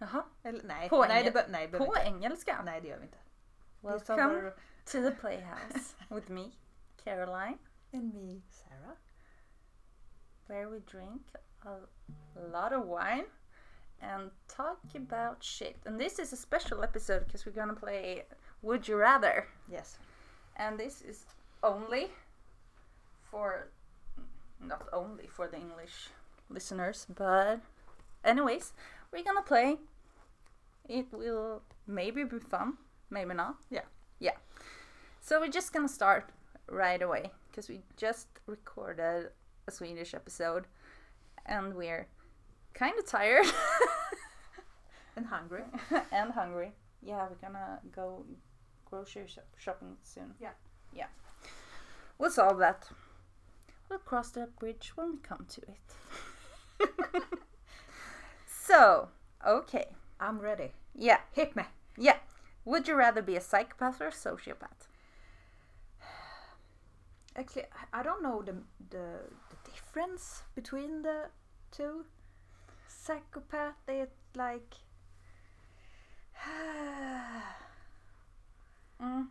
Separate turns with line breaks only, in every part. Jaha.
Eller, nej,
På
nej, det
engel-
be- nej, det
På
behöver vi
engelska.
inte. nej, det gör vi inte. It's
Welcome
our-
to the playhouse with me, Caroline,
and me, Sarah.
where we drink a lot of wine and talk about shit. And this is a special episode because we're gonna play Would You Rather.
Yes.
And this is only for, not only for the English listeners, but anyways, we're gonna play. It will maybe be fun, maybe not.
Yeah.
Yeah. So we're just gonna start right away because we just recorded a Swedish episode and we're kind of tired
And hungry.
and hungry. Yeah, we're gonna go grocery shop- shopping soon.
Yeah.
Yeah. We'll solve that. We'll cross that bridge when we come to it. so, okay.
I'm ready.
Yeah,
Hit me.
yeah. Would you rather be a psychopath or a sociopath?
Actually, I- I don't know the, the, the difference between the two. Psychopath, they like.
Mm.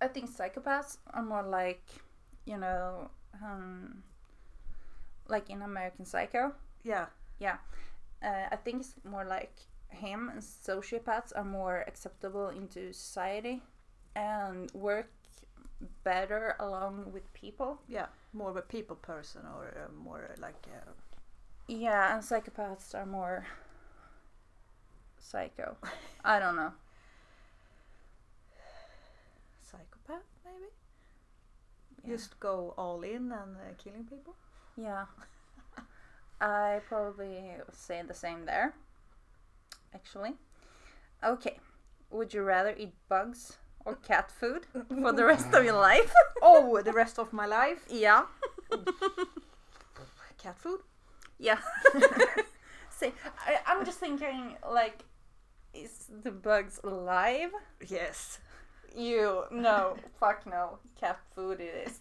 I think psychopaths are more like, you know, um, like in American Psycho.
yeah.
uh, I think it's more like him and sociopaths are more acceptable into society and work better along with people.
Yeah. More of a people person or uh, more like. Uh,
Yeah, and psychopaths are more psycho. I don't know.
psychopath maybe
Yeah.
just go all in and uh, killing people
Yeah. I probably say the same there. Actually. Okay. Would you rather eat bugs or cat food for the rest of your life?
oh the rest of my life
yeah.
cat food
Yeah. See, I, I'm just thinking, like, is the bugs alive?
yes
You no, fuck no, cat food it is.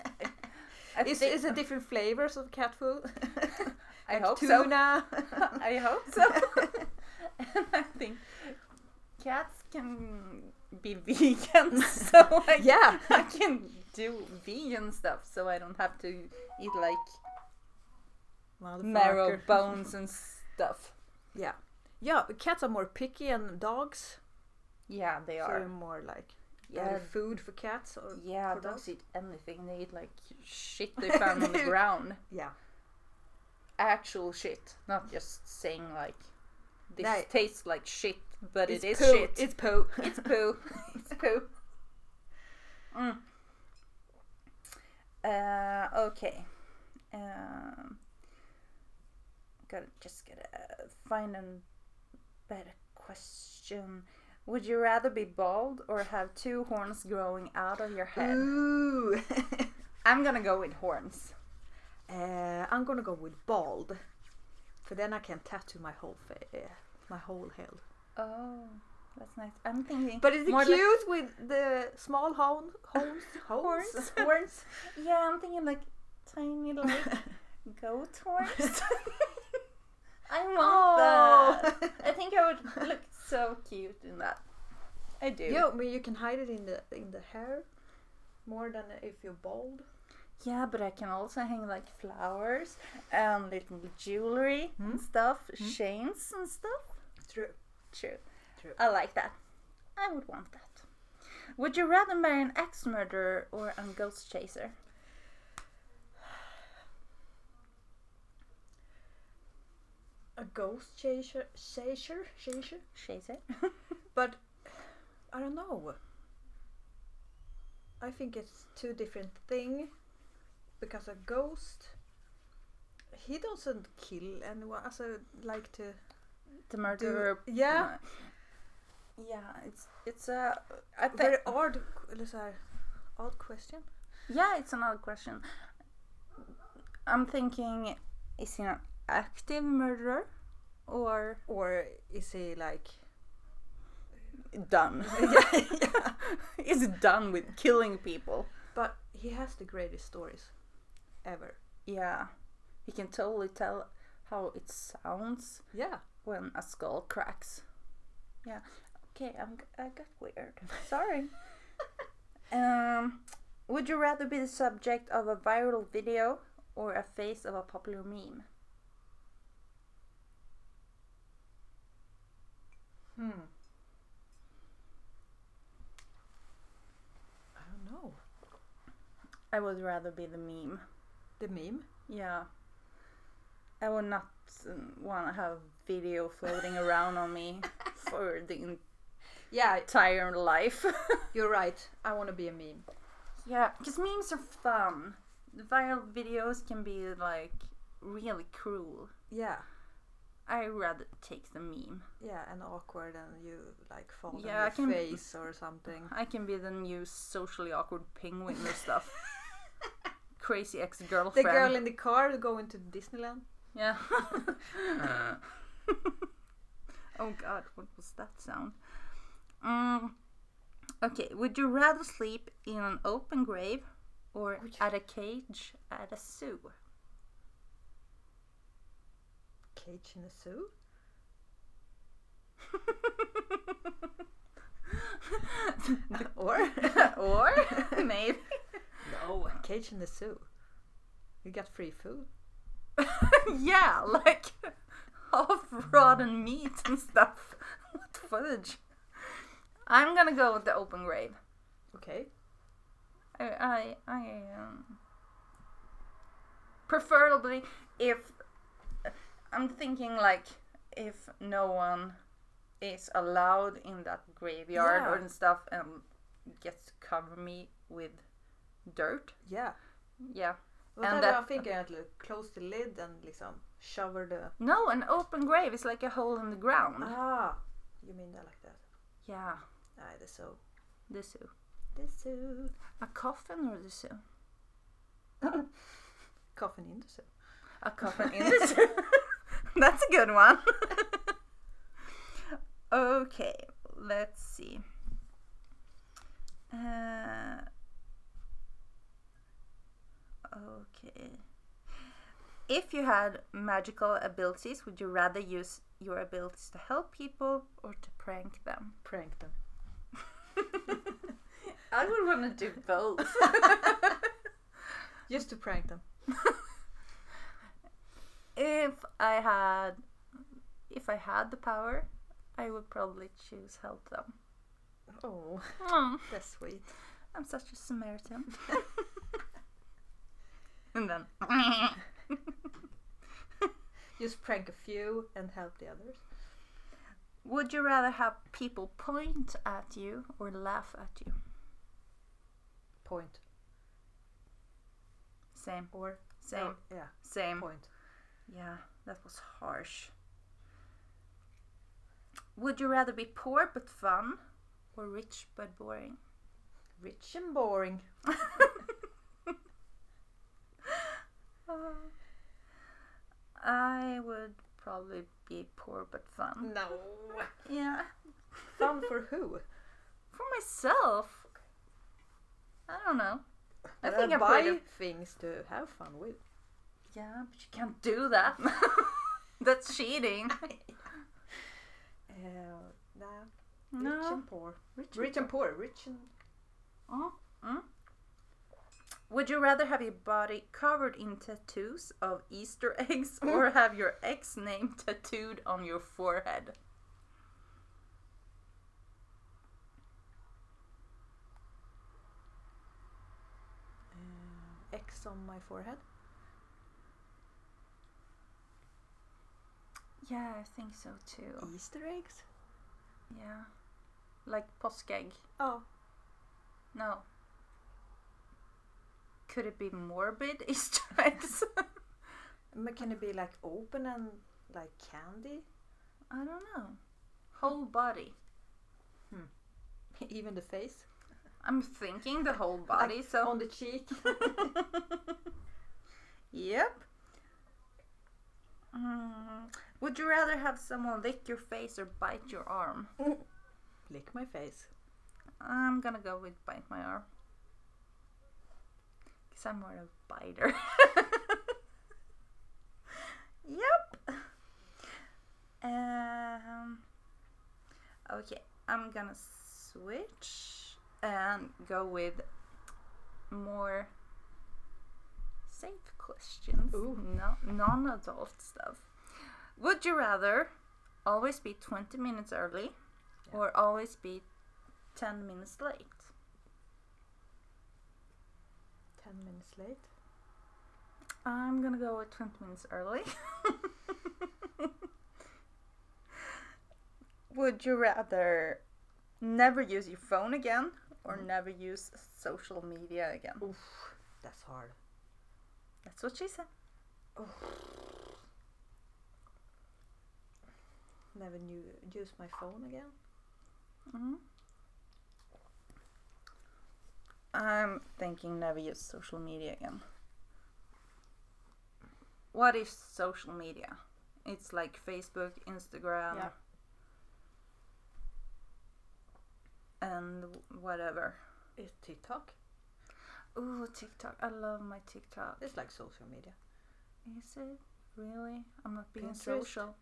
I
is,
think-
is it different flavors of cat food
I
Like
hope so.
tuna
I hope so. and I think cats can be vegan, so I,
yeah
I can do vegan stuff, so I don't have to eat like marrow
Motherfucker.
bones and stuff.
yeah yeah cats are more picky and dogs
Yeah, they
so
are.
you're more like
yeah,
better food for cats or
Yeah,
for
dogs
dogs?
eat anything. They eat like shit they found on the ground.
yeah
Actual shit. Not just saying like this
Right.
tastes like shit, but it's
it's poo.
shit.
it's poo
It's poo. it's poo. Mm. Uh, okay. Um, gotta just gotta find a better question. Would you rather be bald or have two horns growing out of your head?
Ooh.
I'm gonna go with horns.
Uh, I'm gonna go with bald, for then I can tattoo my whole fa- uh, my whole head.
Oh, that's nice. I'm thinking.
But is it
More like-
cute with the small horn, horns, horns, horns?
yeah, I'm thinking like tiny like goat horns. I want
Oh.
that. I think I would look so cute in that. I do.
yeah, but you can hide it in the in the hair more than if you're bald.
Yeah, but I can also hang like flowers and little jewelry
Hmm?
and stuff,
Hmm?
chains and stuff.
True.
True.
True.
I like that. I would want that. Would you rather marry an ex murderer or a ghost chaser?
A ghost chaser, chaser, chaser.
Chaser?
But I don't know. I think it's two different thing because a ghost he doesn't kill anyone. Also, like to
The
do
murderer
yeah,
Yeah, it's it's a I think
very odd, eller så här, odd question.
yeah, it's another question. I'm thinking, is he an active murderer or
Or is he like
done? Is done with killing people?
But he has the greatest stories ever.
Yeah, he can totally tell how it sounds
Yeah,
when a skull cracks. Yeah. Okay, I'm, g- I got weird. Sorry. um, would you rather be the subject of a viral video or a face of a popular meme?
Hmm. I don't know.
I would rather be the meme.
The meme?
Yeah. I would not want to have video floating around on me for the
Yeah,
entire life.
you're right. I want to be a meme.
yeah, because memes are fun. The viral videos can be like really cruel.
Yeah,
I rather take the meme.
yeah, and awkward, and you like fall on
Yeah, I
your
can-
face or something.
I can be the new socially awkward penguin or stuff. Crazy ex girlfriend.
The girl in the car going to Disneyland.
Yeah. oh god, what was that sound? Um, okay, would you rather sleep in an open grave or
Would you-
at a cage at a zoo?
Cage in a zoo. or
or maybe.
no, cage in the zoo. You got free food.
yeah, like half rotten meat and stuff. What fudge? I'm gonna go with the open grave.
Okay.
I, I, I um, preferably if I'm thinking like if no one is allowed in that graveyard
Yeah.
or and stuff and gets to cover me with dirt.
Yeah.
Yeah.
Well,
And
and
that-
I think I'd like, close the lid and liksom shower the.
No, an open grave is like a hole in the ground.
Ah, you mean that like that?
yeah,
Ah, the zoo.
the zoo.
The zoo.
A coffin or the zoo?
Coffin in the zoo.
A coffin in the zoo. That's a good one. okay, let's see. Uh, okay. If you had magical abilities, would you rather use your abilities to help people or to prank them?
Prank them.
I would want to do both.
Just to prank them.
if I had if I had the power, I would probably choose help them.
Oh, that's sweet.
I'm such a Samaritan. and then
Just prank a few and help the others.
would you rather have people point at you or laugh at you?
Point.
Same.
Or
Same.
No, yeah.
Same.
Point.
Yeah, that was harsh. Would you rather be poor but fun or rich but boring?
Rich and boring.
I would probably be poor but fun.
No.
Yeah.
Fun for who?
For myself. I don't know. I
But
think I'm
Uh, buy
pretty-
things to have fun with.
Yeah, but you can't do that. That's cheating.
Uh, nah. Rich
No.
and poor.
Rich
Rich and poor. Rich and
Oh, mm. Would you rather have your body covered in tattoos of Easter eggs or have your ex name tattooed on your forehead?
uh, X on my forehead.
Yeah, I think so too.
Easter eggs.
Yeah. Like påskägg.
Oh.
No. Could it be morbid Easter eggs?
But can it be like open and like candy?
I don't know. Whole body.
Even the face.
I'm thinking the whole body,
Like,
so.
on the cheek.
Yep. Mm. Would you rather have someone lick your face or bite your arm?
Lick my face.
I'm gonna go with bite my arm. Because I'm more of a biter. yep. Um, okay, I'm gonna switch and go with more safe questions.
Ooh.
No, non-adult stuff. Would you rather always be 20 minutes early
Yeah.
or always be 10 minutes late?
Ten minutes late.
I'm gonna go with 20 minutes early. Would you rather never use your phone again or
Mm.
never use social media again?
Oof, that's hard.
That's what she said.
Never knew use my phone again.
Mhm. I'm thinking never use social media again. What is social media? It's like Facebook, Instagram,
Yeah.
and whatever.
It's TikTok.
Ooh, TikTok. I love my TikTok.
It's like social media.
Is it really? I'm not being
Pinterest.
social.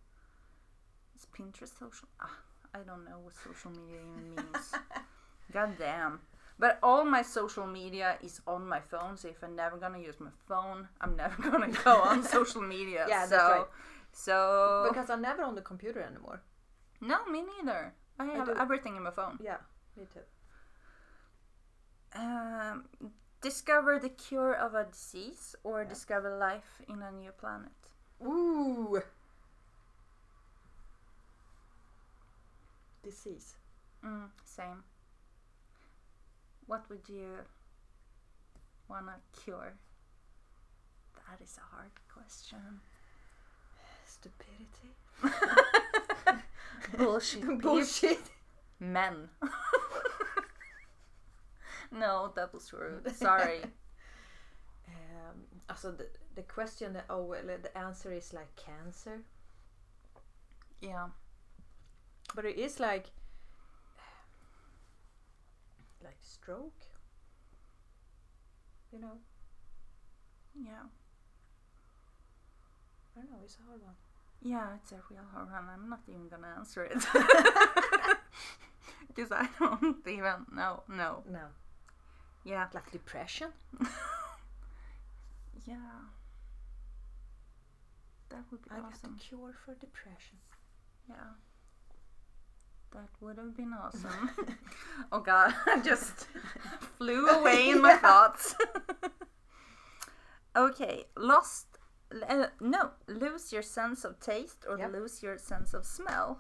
Is Pinterest social? Ah, I don't know what social media even means. God damn. But all my social media is on my phone, so if I'm never gonna use my phone, I'm never gonna go on social media.
Yeah,
so,
that's right.
So
Because I'm never on the computer anymore.
no, me neither. I have
do-
everything in my phone.
Yeah, me too.
Um, discover the cure of a disease or
Yeah.
discover life in a new planet.
Ooh. Disease.
Mm, same. What would you wanna cure? That is a hard question.
Stupidity.
Bullshit.
Bullshit.
Men. no, that was rude. Sorry.
Um, alltså the, the question, that, oh well, the answer is like cancer.
yeah.
But it is like like stroke. You know,
Yeah.
I don't know, it's a hard one.
Yeah, it's a real hard one. I'm not even gonna answer it. Because I don't even know. No.
No.
Yeah.
Like depression?
Yeah. That would be
I got
awesome.
the cure for depression.
Yeah. That would have been awesome. oh god, I just flew away in my
Yeah.
thoughts. okay, lost. Uh, no, lose your sense of taste or
Yep.
lose your sense of smell.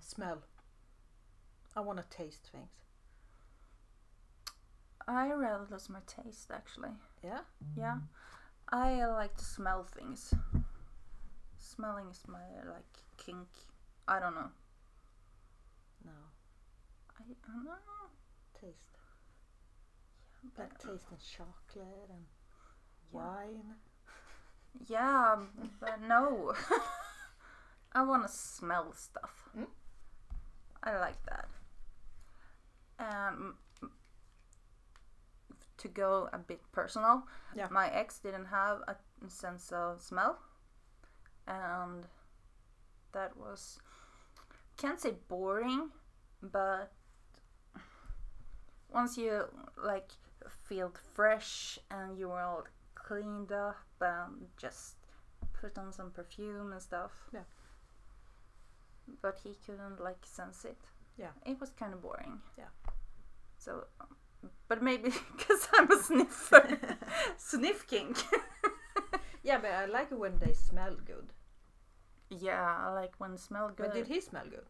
Smell. I want to taste things.
I rather lose my taste actually.
Yeah?
Yeah. I like to smell things. Smelling is my like kink. I don't know.
No.
I, I don't know.
Taste.
but- uh,
Like tasting chocolate and
Yeah.
wine.
Yeah, but no. I want to smell stuff.
Mm.
I like that. Um, to go a bit personal,
Yeah.
my ex didn't have a sense of smell, and that was can't say boring, but once you like feel fresh and you were all cleaned up and um, just put on some perfume and stuff.
Yeah.
But he couldn't like sense it.
Yeah.
It was kind of boring.
Yeah.
So, um, but maybe because I'm a sniffer, sniff kink.
Yeah, but I like it when they smell good.
Yeah, I like when smell good.
But did he smell good?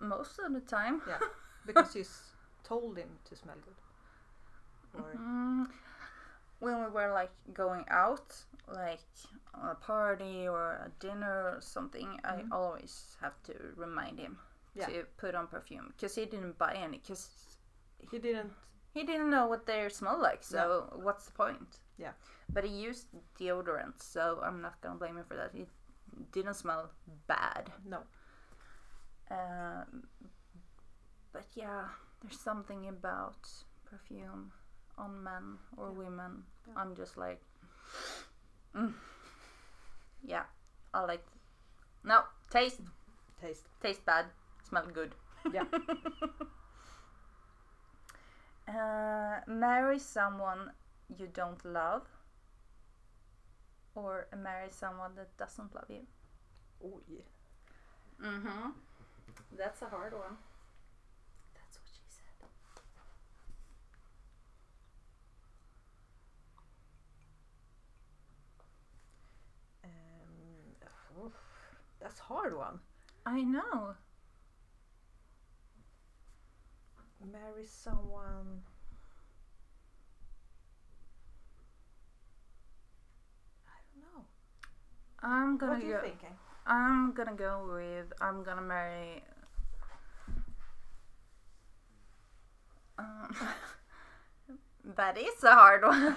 Most of the time.
Because you s- told him to smell good. Or
Mm, when we were like going out, like on a party or a dinner or something,
Mhm.
I always have to remind him
Yeah.
to put on perfume because he didn't buy any because
he didn't.
he didn't know what they smell like. So what's the point?
Yeah.
But he used deodorant, so I'm not gonna blame him for that. It didn't smell bad.
No.
Um, but yeah, there's something about perfume on men or
Yeah.
women.
Yeah.
I'm just like, mm. Yeah, I like. No, taste
Taste.
taste bad, smell good.
Yeah.
uh, marry someone you don't love, or marry someone that doesn't love you.
Oh yeah.
Mm-hmm. That's a hard one. That's what she said.
Um, oof, that's hard one.
I know.
Marry someone. I don't know.
I'm gonna
What are you eh?
go.
thinking?
I'm gonna go with. I'm gonna marry. Um, that is a hard one.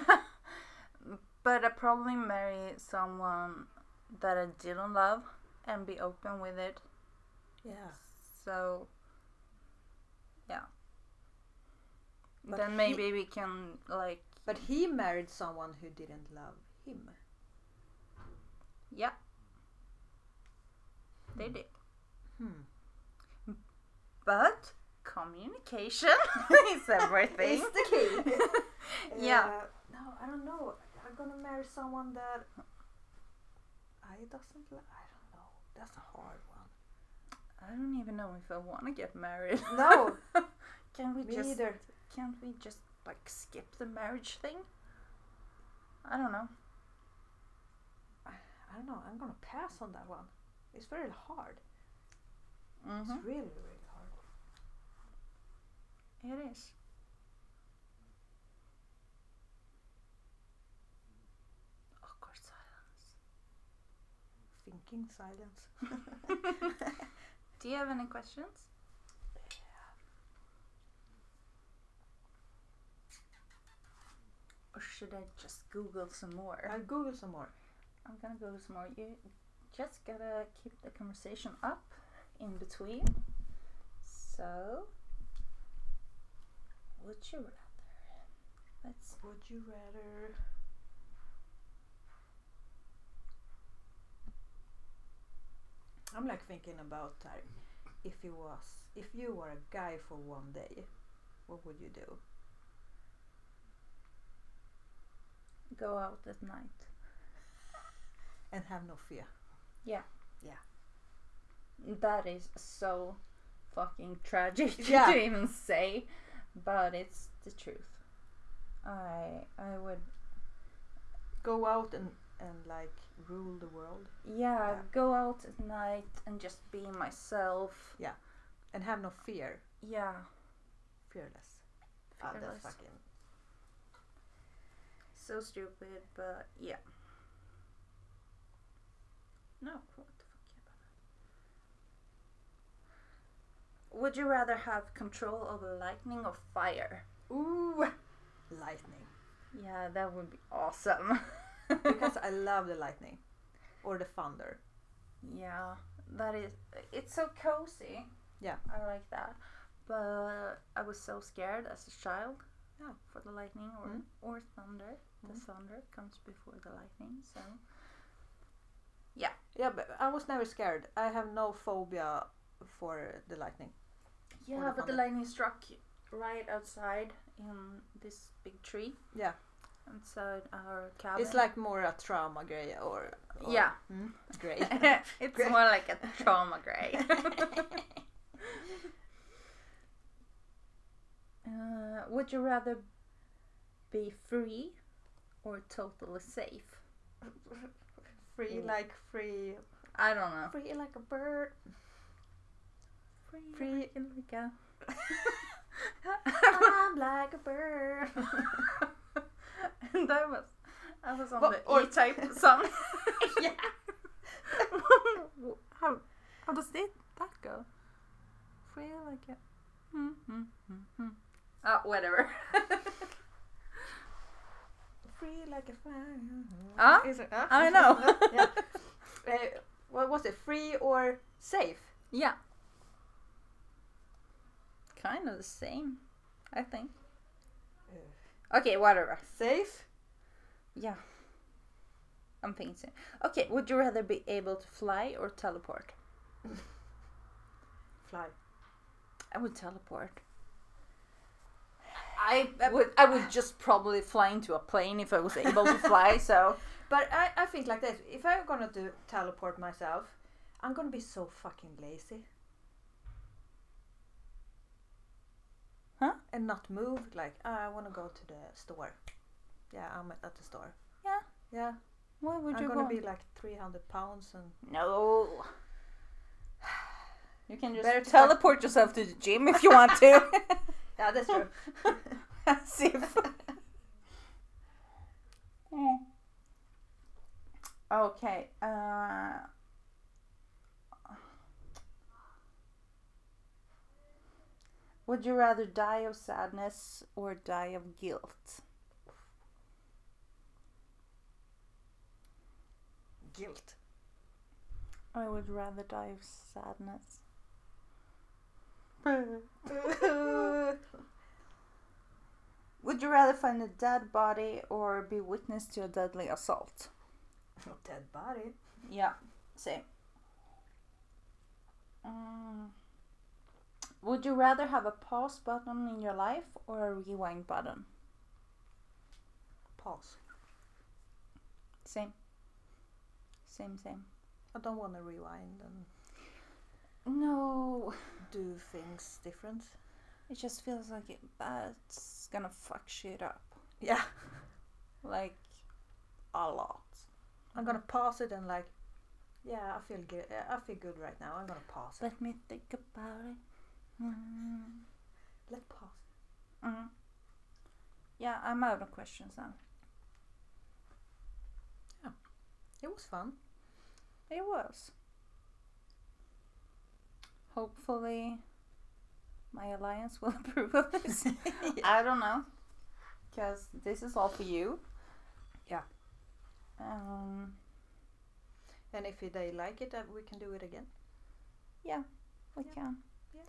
but I probably marry someone that I didn't love and be open with it.
Yeah.
So, yeah.
But
then
he-
maybe we can like
But he married someone who didn't love him.
yeah. They did.
Hmm.
But communication is everything.
It's the key.
Yeah.
Uh, no, I don't know. I'm gonna marry someone that I doesn't. Li- I don't know. That's a hard one.
I don't even know if I want to get married.
No,
Can we
me
just
neither.
can't we just like skip the marriage thing? I don't know.
I don't know. I'm gonna pass on that one. It's very hard.
Mm-hmm.
It's really, really hard.
It is. Awkward silence.
Thinking silence.
Do you have any questions? Or should I just Google some more?
I'll Google some more.
I'm gonna go with some more. You just gotta keep the conversation up in between. So, would you rather? Let's.
Would you rather? I'm like thinking about uh, if you was if you were a guy for one day, what would you do?
Go out at night.
And have no fear.
That is so fucking tragic
Yeah.
to even say, but it's the truth. I I would
Go out and and like rule the world
yeah,
Yeah.
go out at night and just be myself.
and have no fear.
Yeah,
Fearless.
Fearless.
Other fucking.
so stupid, but yeah. No, what the fuck yeah, but- Would you rather have control over lightning or fire?
Ooh, lightning.
Yeah, that would be awesome.
because I love the lightning, or the thunder.
yeah, that is. It's so cozy.
Yeah.
I like that. But I was so scared as a child.
Yeah.
For the lightning or
Mm.
or thunder. The
Mm.
thunder comes before the lightning, so
Yeah, but I was never scared. I have no phobia for the lightning.
Yeah,
the
but the
thunder.
lightning struck right outside in this big tree.
Yeah.
Outside our cabin.
It's like more a trauma gray or, or
Yeah.
mm, gray.
it's
Great.
more like a trauma gray. uh, would you rather be free or totally safe?
free
Mm.
like free,
I don't know.
free like a bird.
Free,
Free.
like a- like a-
I'm like a bird.
And that was I was on
Well,
the
or-
E type song.
Yeah.
how how does it that go? Free like it. Hmm, Oh, whatever. Oh.
Free like a fire.
Ah,
Is it- ah?
I know.
yeah. Uh, what was it? Free or safe?
yeah. Kind of the same, I think. Okay, whatever.
Safe.
Yeah. I'm thinking. Okay, would you rather be able to fly or teleport?
Fly.
I would teleport. I,
uh,
I would I would just probably fly into a plane if I was able to fly. So
But I, I think like this if I'm gonna do teleport myself, I'm gonna be so fucking lazy.
Huh?
And not move. Like, "Ah, I wanna go to the store. Yeah, I'm at the store.
yeah,
Yeah,
why would
I'm
you
gonna
want?
be like 300 pounds and
No. You can just
Better to fuck-
teleport yourself to the gym if you want to.
yeah, that's true.
As if. okay. Uh, would you rather die of sadness or die of guilt?
Guilt.
I would rather die of sadness. Would you rather find a dead body or be witness to a deadly assault?
Dead body.
Yeah, same. Mm. Would you rather have a pause button in your life or a rewind button?
Pause.
Same. Same, same.
I don't want to rewind and
No,
do things different.
it just feels like it, that's gonna fuck shit up.
Yeah,
Like, a lot.
I'm gonna pause it and like, yeah, I feel good. I feel good right now. I'm gonna pause it.
Let me think about it. Mm.
Let pause.
Mm. Yeah, I'm out of questions now.
It was fun.
It was. Hopefully, my alliance will approve of this. I don't know, because this is all for you.
Yeah.
Um.
And if they like it, uh, we can do it again.
We
Yeah.
can.
Yeah.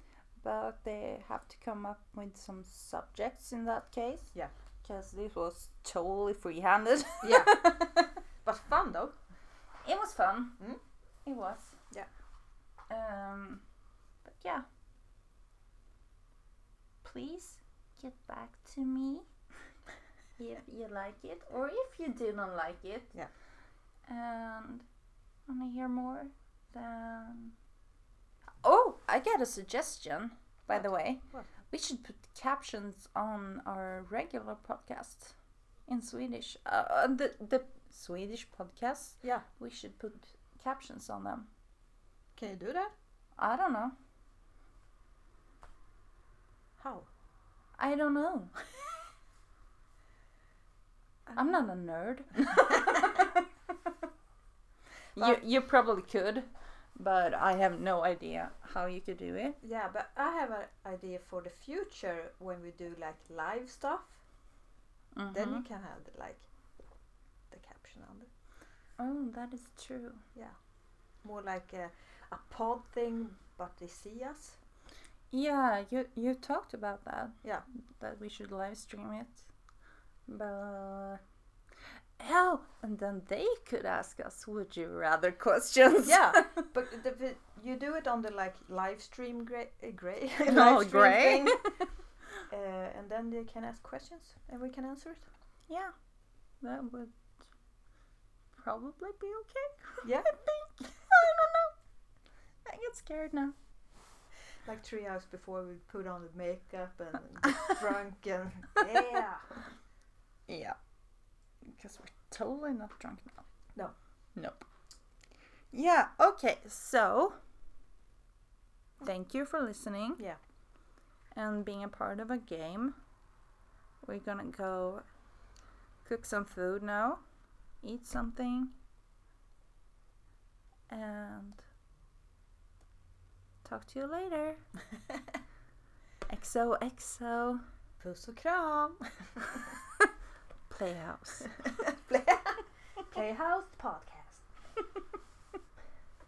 But they have to come up with some subjects in that case.
Yeah.
Because this was totally free-handed.
Yeah, but fun though.
It was fun.
Mm.
It was.
Yeah.
Um, but yeah. Please get back to me if you like it or if you do not like it.
Yeah.
And want to hear more? Then. Oh, I got a suggestion. By the way,
What?
we should put captions on our regular podcast in Swedish. Uh, Uh, the the Swedish podcast
Yeah.
we should put captions on them.
Can you do that?
I don't know.
How?
I don't know. I'm not a nerd. you you probably could, but I have no idea how you could do it.
Yeah, but I have an idea for the future when we do like live stuff. Then you
Mhm.
can have the, like the caption on it.
Oh, that is true.
More like a, a pod thing, but they see us.
Yeah, you you talked about that.
Yeah.
That we should live stream it. But oh, and then they could ask us would you rather questions.
yeah, but the, vi- you do it on the like live stream gray, uh, gray,
No,
live stream
gray.
thing, uh, and then they can ask questions and we can answer it.
Yeah, that would probably be okay.
Yeah.
I think. I don't know. I get scared now.
Like three hours before we put on the makeup and get drunk and yeah,
Yeah. Because we're totally not drunk now.
No.
Nope. Yeah, okay, so thank you for listening.
Yeah.
And being a part of a game. We're gonna go cook some food now, eat something, and talk to you later. XOXO
puss och kram.
Playhouse.
Playhouse podcast.